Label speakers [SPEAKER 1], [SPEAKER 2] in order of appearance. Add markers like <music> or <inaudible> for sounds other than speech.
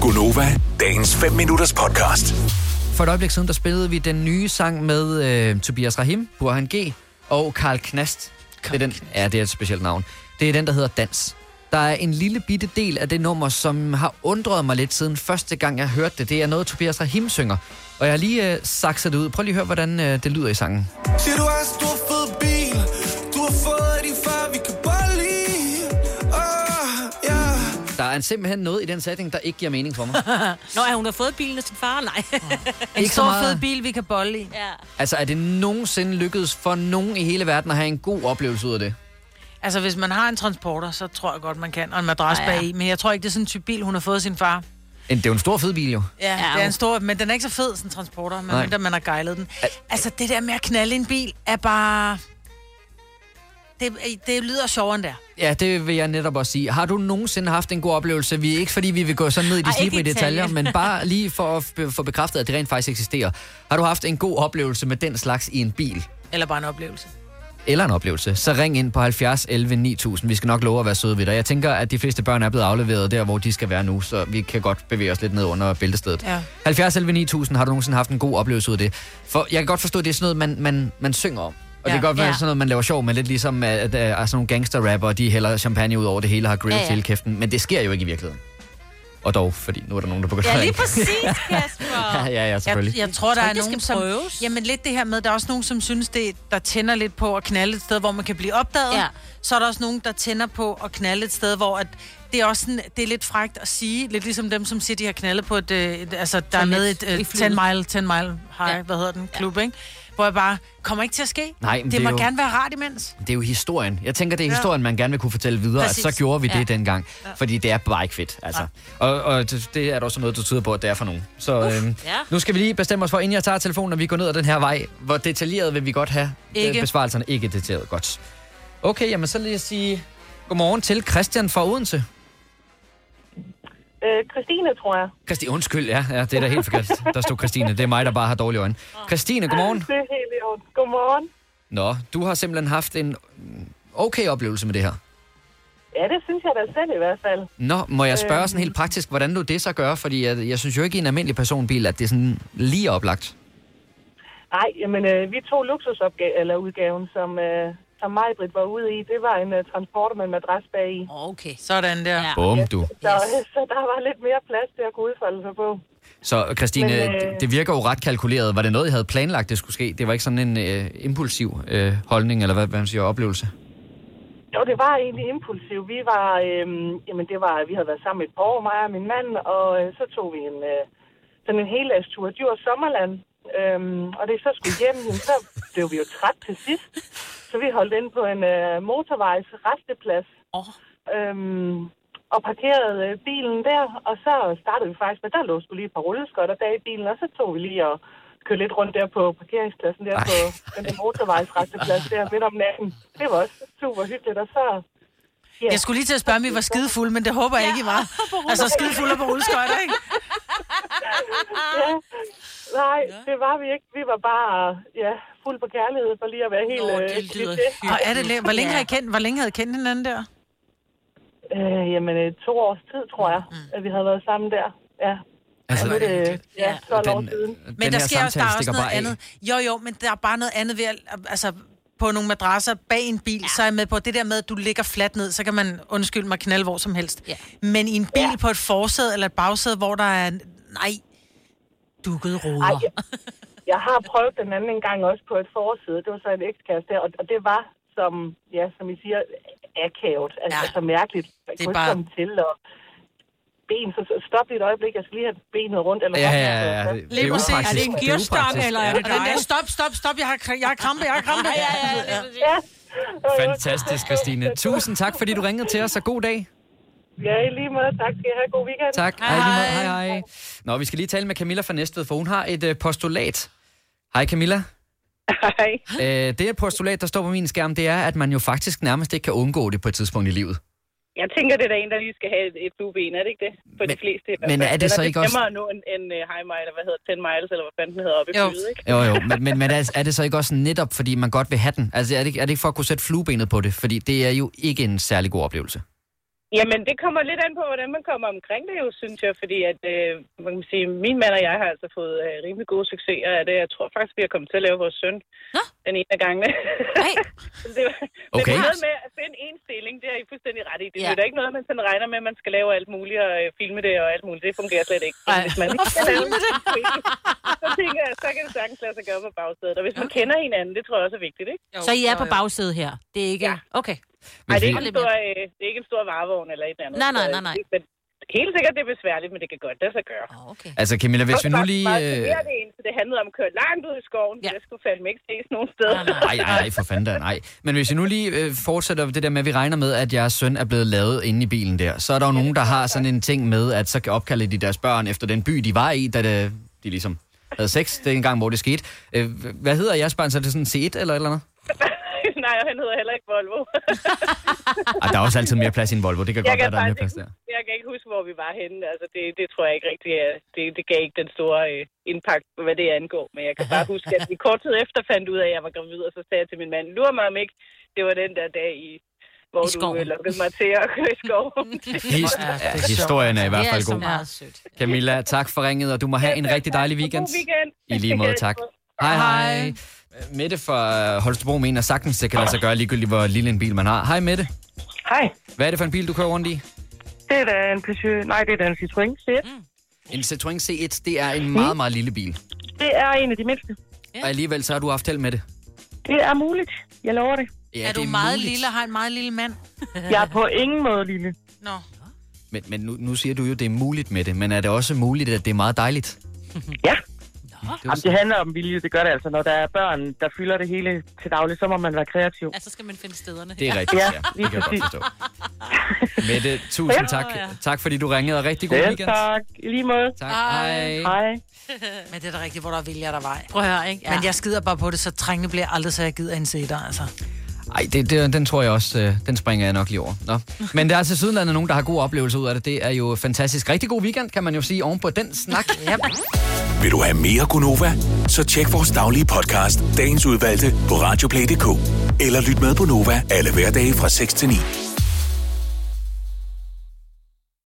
[SPEAKER 1] Gunova, dagens 5 minutters podcast.
[SPEAKER 2] For et øjeblik siden, der spillede vi den nye sang med øh, Tobias Rahim, Burhan G. og Karl Knast. Karl det er den, ja, det er et specielt navn. Det er den, der hedder Dans. Der er en lille bitte del af det nummer, som har undret mig lidt siden første gang, jeg hørte det. Det er noget, Tobias Rahim synger. Og jeg har lige øh, sakset det ud. Prøv lige at høre, hvordan øh, det lyder i sangen.
[SPEAKER 3] Siger du har en stor fed bil Du har fået af din far, vi kan bare lide oh, yeah.
[SPEAKER 2] Der er simpelthen noget i den sætning, der ikke giver mening <laughs> for mig.
[SPEAKER 4] Nå, ja, hun har fået bilen af sin far? Nej. <laughs>
[SPEAKER 5] En
[SPEAKER 2] Ikke så
[SPEAKER 5] stor
[SPEAKER 2] meget.
[SPEAKER 5] fed bil, vi kan bolle i.
[SPEAKER 4] ja.
[SPEAKER 2] altså, er det nogensinde lykkedes for nogen i hele verden at have en god oplevelse ud af det?
[SPEAKER 5] Altså, hvis man har en transporter, så tror jeg godt, man kan. Og en madras ja,
[SPEAKER 4] Ja,
[SPEAKER 5] ja.
[SPEAKER 4] ja.
[SPEAKER 5] bagi. Men jeg tror ikke, det er sådan en type bil, hun har fået af sin far.
[SPEAKER 2] En- Det er jo en stor fed bil, jo.
[SPEAKER 5] Ja, ja det er en stor... Men den er ikke så fed, sådan en transporter, men
[SPEAKER 2] Nej.
[SPEAKER 5] mindre man har gejlet den. Altså, det der med at knalde en bil er bare... Det, det lyder sjovere end der.
[SPEAKER 2] Ja, det vil jeg netop også sige. Har du nogensinde haft en god oplevelse? Vi er ikke, fordi vi vil gå sådan ned i de
[SPEAKER 4] Ej, ikke
[SPEAKER 2] snibrige
[SPEAKER 4] i
[SPEAKER 2] detaljer,
[SPEAKER 4] detaljen.
[SPEAKER 2] men
[SPEAKER 4] <laughs>
[SPEAKER 2] bare lige for at be- få bekræftet, at det rent faktisk eksisterer. Har du haft en god oplevelse med den slags i en bil?
[SPEAKER 5] Eller bare en oplevelse.
[SPEAKER 2] eller en oplevelse, så ring ind på 70 11 9000. Vi skal nok love at være søde ved dig. Jeg tænker, at de fleste børn er blevet afleveret der, hvor de skal være nu, så vi kan godt bevæge os lidt ned under bæltestedet.
[SPEAKER 5] Ja.
[SPEAKER 2] 70 11 9000, har du nogensinde haft en god oplevelse ud af det? For jeg kan godt forstå, at det er sådan noget, man, man, man synger om. Og ja,
[SPEAKER 5] Ja.
[SPEAKER 2] det kan godt være ja.
[SPEAKER 4] Ja.
[SPEAKER 2] sådan noget, man laver sjov med, lidt ligesom at, at, at, at sådan nogle gangsterrapper, de hælder champagne ud over det hele, har grillet ja,
[SPEAKER 4] Ja,
[SPEAKER 2] ja.
[SPEAKER 4] ja.
[SPEAKER 2] til kæften, men det sker jo ikke i virkeligheden. Og dog, fordi nu er der nogen, der begynder
[SPEAKER 4] ja,
[SPEAKER 2] at
[SPEAKER 4] lige
[SPEAKER 2] ringe.
[SPEAKER 4] præcis, Kasper.
[SPEAKER 2] <laughs> ja, ja, ja, selvfølgelig.
[SPEAKER 5] Jeg, jeg tror, der
[SPEAKER 4] Tror
[SPEAKER 5] er
[SPEAKER 4] du, det
[SPEAKER 5] nogen,
[SPEAKER 4] skal
[SPEAKER 5] som...
[SPEAKER 4] prøves?
[SPEAKER 5] Jamen lidt det her med, der er også nogen, som synes, det, der tænder lidt på at knalde et sted, hvor man kan blive opdaget.
[SPEAKER 4] Ja.
[SPEAKER 5] Så er der også nogen, der tænder på at knalde et sted, hvor at det er også sådan, det er lidt frægt at sige, lidt ligesom dem, som siger, de har knaldet på et, øh, et altså der er
[SPEAKER 4] Toilet
[SPEAKER 5] med et øh, 10
[SPEAKER 4] i flyet.
[SPEAKER 5] mile, 10 mile high, ja.
[SPEAKER 4] Ja.
[SPEAKER 5] hvad hedder den, klub, ja. ikke? Hvor jeg bare, kommer ikke til at ske.
[SPEAKER 2] Nej, men
[SPEAKER 5] det,
[SPEAKER 2] det er
[SPEAKER 5] må
[SPEAKER 2] jo-
[SPEAKER 5] gerne være rart imens.
[SPEAKER 2] Det er jo historien. Jeg tænker, det er
[SPEAKER 5] Ja.
[SPEAKER 2] historien, man gerne vil kunne fortælle videre, Præcis.
[SPEAKER 5] Præcis.
[SPEAKER 2] at så gjorde vi det
[SPEAKER 4] Ja.
[SPEAKER 2] dengang. Fordi det er bare ikke fedt, altså. Og, og det det er der også noget, der tyder på, at det er for nogen. Så Uf, øhm,
[SPEAKER 4] ja.
[SPEAKER 2] nu skal vi lige bestemme os for, inden jeg tager telefonen, og vi går ned ad den her vej, hvor detaljeret vil vi godt have øh,
[SPEAKER 5] Ikke.
[SPEAKER 2] besvarelserne. Ikke detaljeret, godt. Okay, jamen så lige jeg sige godmorgen til Christian fra Odense.
[SPEAKER 6] Øh, Christine, tror jeg.
[SPEAKER 2] Christine, undskyld, ja, ja, det er da helt
[SPEAKER 6] <laughs>
[SPEAKER 2] forkert. Der stod Christine. Det er mig, der bare har dårlige øjne. Christine, godmorgen.
[SPEAKER 6] Det er helt i orden. Godmorgen.
[SPEAKER 2] Nå, du har simpelthen haft en okay oplevelse med det her.
[SPEAKER 6] Ja, det synes jeg da selv i hvert fald.
[SPEAKER 2] Nå, må jeg
[SPEAKER 6] Øhm.
[SPEAKER 2] spørge sådan helt praktisk, hvordan du det så gør? Fordi jeg, jeg synes jo ikke i en almindelig personbil, at det er sådan lige oplagt.
[SPEAKER 6] Nej, men øh, vi tog luksusopgave, eller udgaven, som, øh, som Majbrit var ude i. Det var en øh, transport med en madras bag i.
[SPEAKER 4] Åh, Okay.
[SPEAKER 5] Sådan der. Ja.
[SPEAKER 4] Ja.
[SPEAKER 2] Bum, du.
[SPEAKER 6] Så,
[SPEAKER 4] Yes.
[SPEAKER 6] øh, <laughs> så der var lidt mere plads til at kunne udfolde sig på.
[SPEAKER 2] Så Christine,
[SPEAKER 6] Men, øh,
[SPEAKER 2] det- det virker jo ret kalkuleret. Var det noget, I havde planlagt, det skulle ske? Det var ikke sådan en øh, impulsiv øh, holdning, eller hvad, hvad man siger, oplevelse?
[SPEAKER 6] Jo, det var egentlig impulsivt. Vi var, øhm, jamen det var, vi havde været sammen et par år, mig og min mand, og øh, så tog vi en, øh, sådan en heldagstur, Djurs Sommerland. Øhm, og det så skulle hjem, jamen, så blev vi jo træt til sidst. Så vi holdt ind på en øh, motorvejs resteplads.
[SPEAKER 4] Åh.
[SPEAKER 6] Øhm, og parkerede øh, bilen der, og så startede vi faktisk med, der lå sgu lige et par rulleskøjter bag i bilen, og så tog vi lige og kørte lidt rundt der på parkeringspladsen der
[SPEAKER 2] Ej.
[SPEAKER 6] på den der motorvejsresteplads der midt om natten. Det var også super hyggeligt, og så
[SPEAKER 5] Jeg skulle lige til at spørge, om I var skidefulde, men det håber jeg ja. ikke, I
[SPEAKER 4] <laughs>
[SPEAKER 5] var. Altså skidefulde på rulleskøjter, ikke?
[SPEAKER 6] Ja. Nej, det var vi ikke. Vi var bare ja, fuld på kærlighed for lige at være helt...
[SPEAKER 4] Nå,
[SPEAKER 6] øh,
[SPEAKER 4] det lyder
[SPEAKER 6] kliché.
[SPEAKER 5] Og er det, læ- hvor længe har I kendt, hvor længe havde I kendt hinanden der?
[SPEAKER 6] øh, jamen, øh, to års tid, tror jeg, at vi havde været sammen der. Ja,
[SPEAKER 2] Altså,
[SPEAKER 6] nu er det ja,
[SPEAKER 4] Ja,
[SPEAKER 6] 12 år
[SPEAKER 2] den, øh,
[SPEAKER 6] siden.
[SPEAKER 2] den
[SPEAKER 5] Men der
[SPEAKER 2] her
[SPEAKER 5] sker også,
[SPEAKER 2] samtale
[SPEAKER 5] der er også
[SPEAKER 2] stikker
[SPEAKER 5] noget
[SPEAKER 2] bare af.
[SPEAKER 5] andet. Jo, jo, men der er bare noget andet ved at, altså, på nogle madrasser bag en bil, ja. så er jeg med på det der med, at du ligger fladt ned, så kan man, undskyld mig, knalde hvor som helst.
[SPEAKER 4] Ja.
[SPEAKER 5] Men i en bil ja. på et forsæde eller et bagsæde, hvor der er, nej, dukkede ruder.
[SPEAKER 6] Ej, jeg, jeg har prøvet den anden en gang også på et forside. Det var så en ekskæreste der, og, og det var, som, ja, som I siger, akavet. Altså,
[SPEAKER 5] Ja.
[SPEAKER 6] ja. altså mærkeligt. Jeg
[SPEAKER 5] Det er
[SPEAKER 6] kunne ikke
[SPEAKER 5] bare-
[SPEAKER 6] komme til, og ben, så så stop lige et øjeblik, jeg skal lige have benet rundt. Eller
[SPEAKER 2] Ja, ja, ja, ja. Det, det er
[SPEAKER 5] Lige præcis.
[SPEAKER 2] upraktisk.
[SPEAKER 5] Er det en
[SPEAKER 2] upraktisk.
[SPEAKER 4] gearstang, eller er
[SPEAKER 2] Ja.
[SPEAKER 4] det-
[SPEAKER 5] og den der, stop, stop, stop, jeg har, kr- jeg har krampe, jeg har krampe.
[SPEAKER 4] Ja, ja, ja, det er præcis.
[SPEAKER 6] ja.
[SPEAKER 2] Fantastisk, Christine. Tusind tak, fordi du ringede til os, og god dag.
[SPEAKER 6] Ja, i lige måde. Tak skal I have. God weekend.
[SPEAKER 2] Tak. Hej. Hej, hej, hej. Nå, vi skal lige tale med Camilla fra Næstved, for hun har et øh, postulat. Hej Camilla.
[SPEAKER 7] Hej.
[SPEAKER 2] Øh, det er et postulat, der står på min skærm, det er, at man jo faktisk nærmest ikke kan undgå det på et tidspunkt i livet.
[SPEAKER 7] Jeg tænker, det er der en, der lige skal have et, et flueben, er det ikke det? For
[SPEAKER 2] Men-
[SPEAKER 7] de fleste. i hvert
[SPEAKER 2] men
[SPEAKER 7] fald.
[SPEAKER 2] er det
[SPEAKER 7] Den
[SPEAKER 2] så ikke også-
[SPEAKER 7] Det nemmere nu end, end uh, high mile, eller hvad hedder det, 10 miles, eller hvad fanden den hedder oppe i
[SPEAKER 5] Jo.
[SPEAKER 7] flyet, ikke?
[SPEAKER 2] Jo, jo, men, men, men er, er det så ikke også netop, fordi man godt vil have den? Altså, er det, ikke- er det ikke for at kunne sætte fluebenet på det? Fordi det er jo ikke en særlig god oplevelse.
[SPEAKER 7] Jamen, det kommer lidt an på, hvordan man kommer omkring det jo, synes jeg. Fordi at, øh, man kan sige, min mand og jeg har altså fået øh, rimelig gode succeser af det. Jeg tror faktisk, vi har kommet til at lave vores søn
[SPEAKER 4] Nå.
[SPEAKER 7] den ene af gangene. <laughs>
[SPEAKER 4] Nej,
[SPEAKER 7] det, var, okay. det
[SPEAKER 2] Okay.
[SPEAKER 7] er noget med at finde en stilling, det er I fuldstændig ret i. Det
[SPEAKER 4] Ja.
[SPEAKER 7] ja. er ikke noget, man sådan regner med, at man skal lave alt muligt og øh, filme det og alt muligt. Det fungerer slet ikke. Men
[SPEAKER 4] Ej.
[SPEAKER 7] Hvis man ikke skal lave det, <laughs> så tænker jeg, så kan det sagtens lade sig gøre på bagsædet. Og hvis man kender hinanden, det tror jeg også er vigtigt, ikke?
[SPEAKER 5] <laughs>
[SPEAKER 4] så I er på bagsædet her. Det er ikke...
[SPEAKER 7] Ja.
[SPEAKER 4] Okay.
[SPEAKER 7] Ej, det er
[SPEAKER 2] vi-
[SPEAKER 7] ikke en stor, øh, det er ikke en stor varevogn eller et eller andet.
[SPEAKER 4] Nej, nej,
[SPEAKER 7] Så,
[SPEAKER 4] nej, nej.
[SPEAKER 7] det- Men helt sikkert, det er besværligt, men det kan godt lade sig gøre.
[SPEAKER 4] Åh, okay.
[SPEAKER 2] Altså Camilla, hvis vi nu lige...
[SPEAKER 7] Øh...
[SPEAKER 2] Øh...
[SPEAKER 7] Det, eneste. det handlede om at køre langt ud i skoven,
[SPEAKER 4] Ja.
[SPEAKER 7] ja. det skulle fandme ikke ses nogen steder.
[SPEAKER 4] Nej, nej.
[SPEAKER 2] Ej, ej, ej, for fanden da, nej. Men hvis jeg nu lige øh, fortsætter det der med, at vi regner med, at jeres søn er blevet lavet inde i bilen der, så er der jo nogen, der har sådan en ting med, at så opkalder de deres børn efter den by, de var i, da det, de ligesom havde sex. Det er en gang, hvor det skete. Øh, hvad hedder jeres barn? Så er det sådan C1 eller et eller andet?
[SPEAKER 7] <laughs> nej, og han hedder heller ikke Volvo.
[SPEAKER 2] Ej, der er også altid mere plads i en Volvo. Det kan godt være, der er mere plads
[SPEAKER 7] ikke,
[SPEAKER 2] der.
[SPEAKER 7] jeg kan ikke huske, hvor vi var henne. Altså, det, det tror jeg ikke rigtig er. Det, det gav ikke den store øh, impact, hvad det angår. Men jeg kan bare huske, at vi kort tid efter fandt ud af, at jeg var gravid, og så sagde jeg til min mand, lurer mig om ikke, det var den der dag i hvor
[SPEAKER 4] I
[SPEAKER 7] du
[SPEAKER 4] skoven.
[SPEAKER 7] øh, lukkede mig til at køre i
[SPEAKER 2] <laughs>
[SPEAKER 7] skoven.
[SPEAKER 2] His, ja, historien er i hvert
[SPEAKER 4] Det er
[SPEAKER 2] fald
[SPEAKER 4] altså
[SPEAKER 2] god.
[SPEAKER 4] meget sødt.
[SPEAKER 2] Camilla, tak for ringet, og du må have en rigtig dejlig weekend.
[SPEAKER 7] God weekend.
[SPEAKER 2] I lige måde, tak. Hej, hej. Mette fra øh, Holstebro mener sagtens, det kan lade sig gøre ligegyldigt, hvor lille en bil man har. Hej Mette.
[SPEAKER 6] Hej.
[SPEAKER 2] Hvad er det for en bil, du kører rundt i?
[SPEAKER 6] Det er da en Peugeot. Nej, det er da en Citroën C1.
[SPEAKER 2] En Citroën C1, det er
[SPEAKER 6] Hmm?
[SPEAKER 2] en meget, meget lille bil.
[SPEAKER 6] Det er en af de mindste.
[SPEAKER 2] Og alligevel så har du haft held med det.
[SPEAKER 6] Det er muligt. Jeg lover
[SPEAKER 2] <laughs>
[SPEAKER 6] det.
[SPEAKER 2] Ja,
[SPEAKER 5] Ja, er du
[SPEAKER 2] det
[SPEAKER 5] meget
[SPEAKER 2] muligt.
[SPEAKER 5] lille og har en meget lille mand?
[SPEAKER 6] Jeg er på ingen måde lille.
[SPEAKER 5] Nå.
[SPEAKER 2] Men, men nu, nu siger du jo, det er muligt med det, men er det også muligt, at det er meget dejligt?
[SPEAKER 6] Ja.
[SPEAKER 2] Det er jo
[SPEAKER 6] Jamen, det handler om vilje, det gør det altså. Når der er børn, der fylder det hele til daglig, så må man være
[SPEAKER 4] Ja,
[SPEAKER 6] kreativ.
[SPEAKER 4] så Altså, skal man finde stederne.
[SPEAKER 2] Det er rigtigt, ja.
[SPEAKER 6] Ja,
[SPEAKER 2] ja.
[SPEAKER 6] lige
[SPEAKER 2] Det kan jeg godt
[SPEAKER 6] præcis.
[SPEAKER 2] forstå. Mette, tusind tak.
[SPEAKER 4] Ja.
[SPEAKER 2] Tak fordi du ringede, og rigtig god
[SPEAKER 6] Selv
[SPEAKER 2] weekend.
[SPEAKER 6] tak. I lige måde.
[SPEAKER 2] Tak. Hej.
[SPEAKER 6] Hej.
[SPEAKER 5] Men det er da rigtigt, hvor der er vilje, er der vej.
[SPEAKER 4] Prøv at høre, ikke?
[SPEAKER 5] Ja. Men jeg skider bare på det, så trængende bliver jeg aldrig, så jeg gider indse dig, altså.
[SPEAKER 2] Ej, det, det, den tror jeg også, øh, den springer jeg nok lige over. Nå. Men der er til sydenlandet nogen, der har gode oplevelser ud af det. Det er jo fantastisk. Rigtig god weekend, kan man jo sige, ovenpå den snak.
[SPEAKER 1] Vil du have mere Gunova? Så tjek vores daglige podcast, dagens udvalgte, på radioplay.dk. Eller lyt med på Nova alle hverdage fra 6 til 9.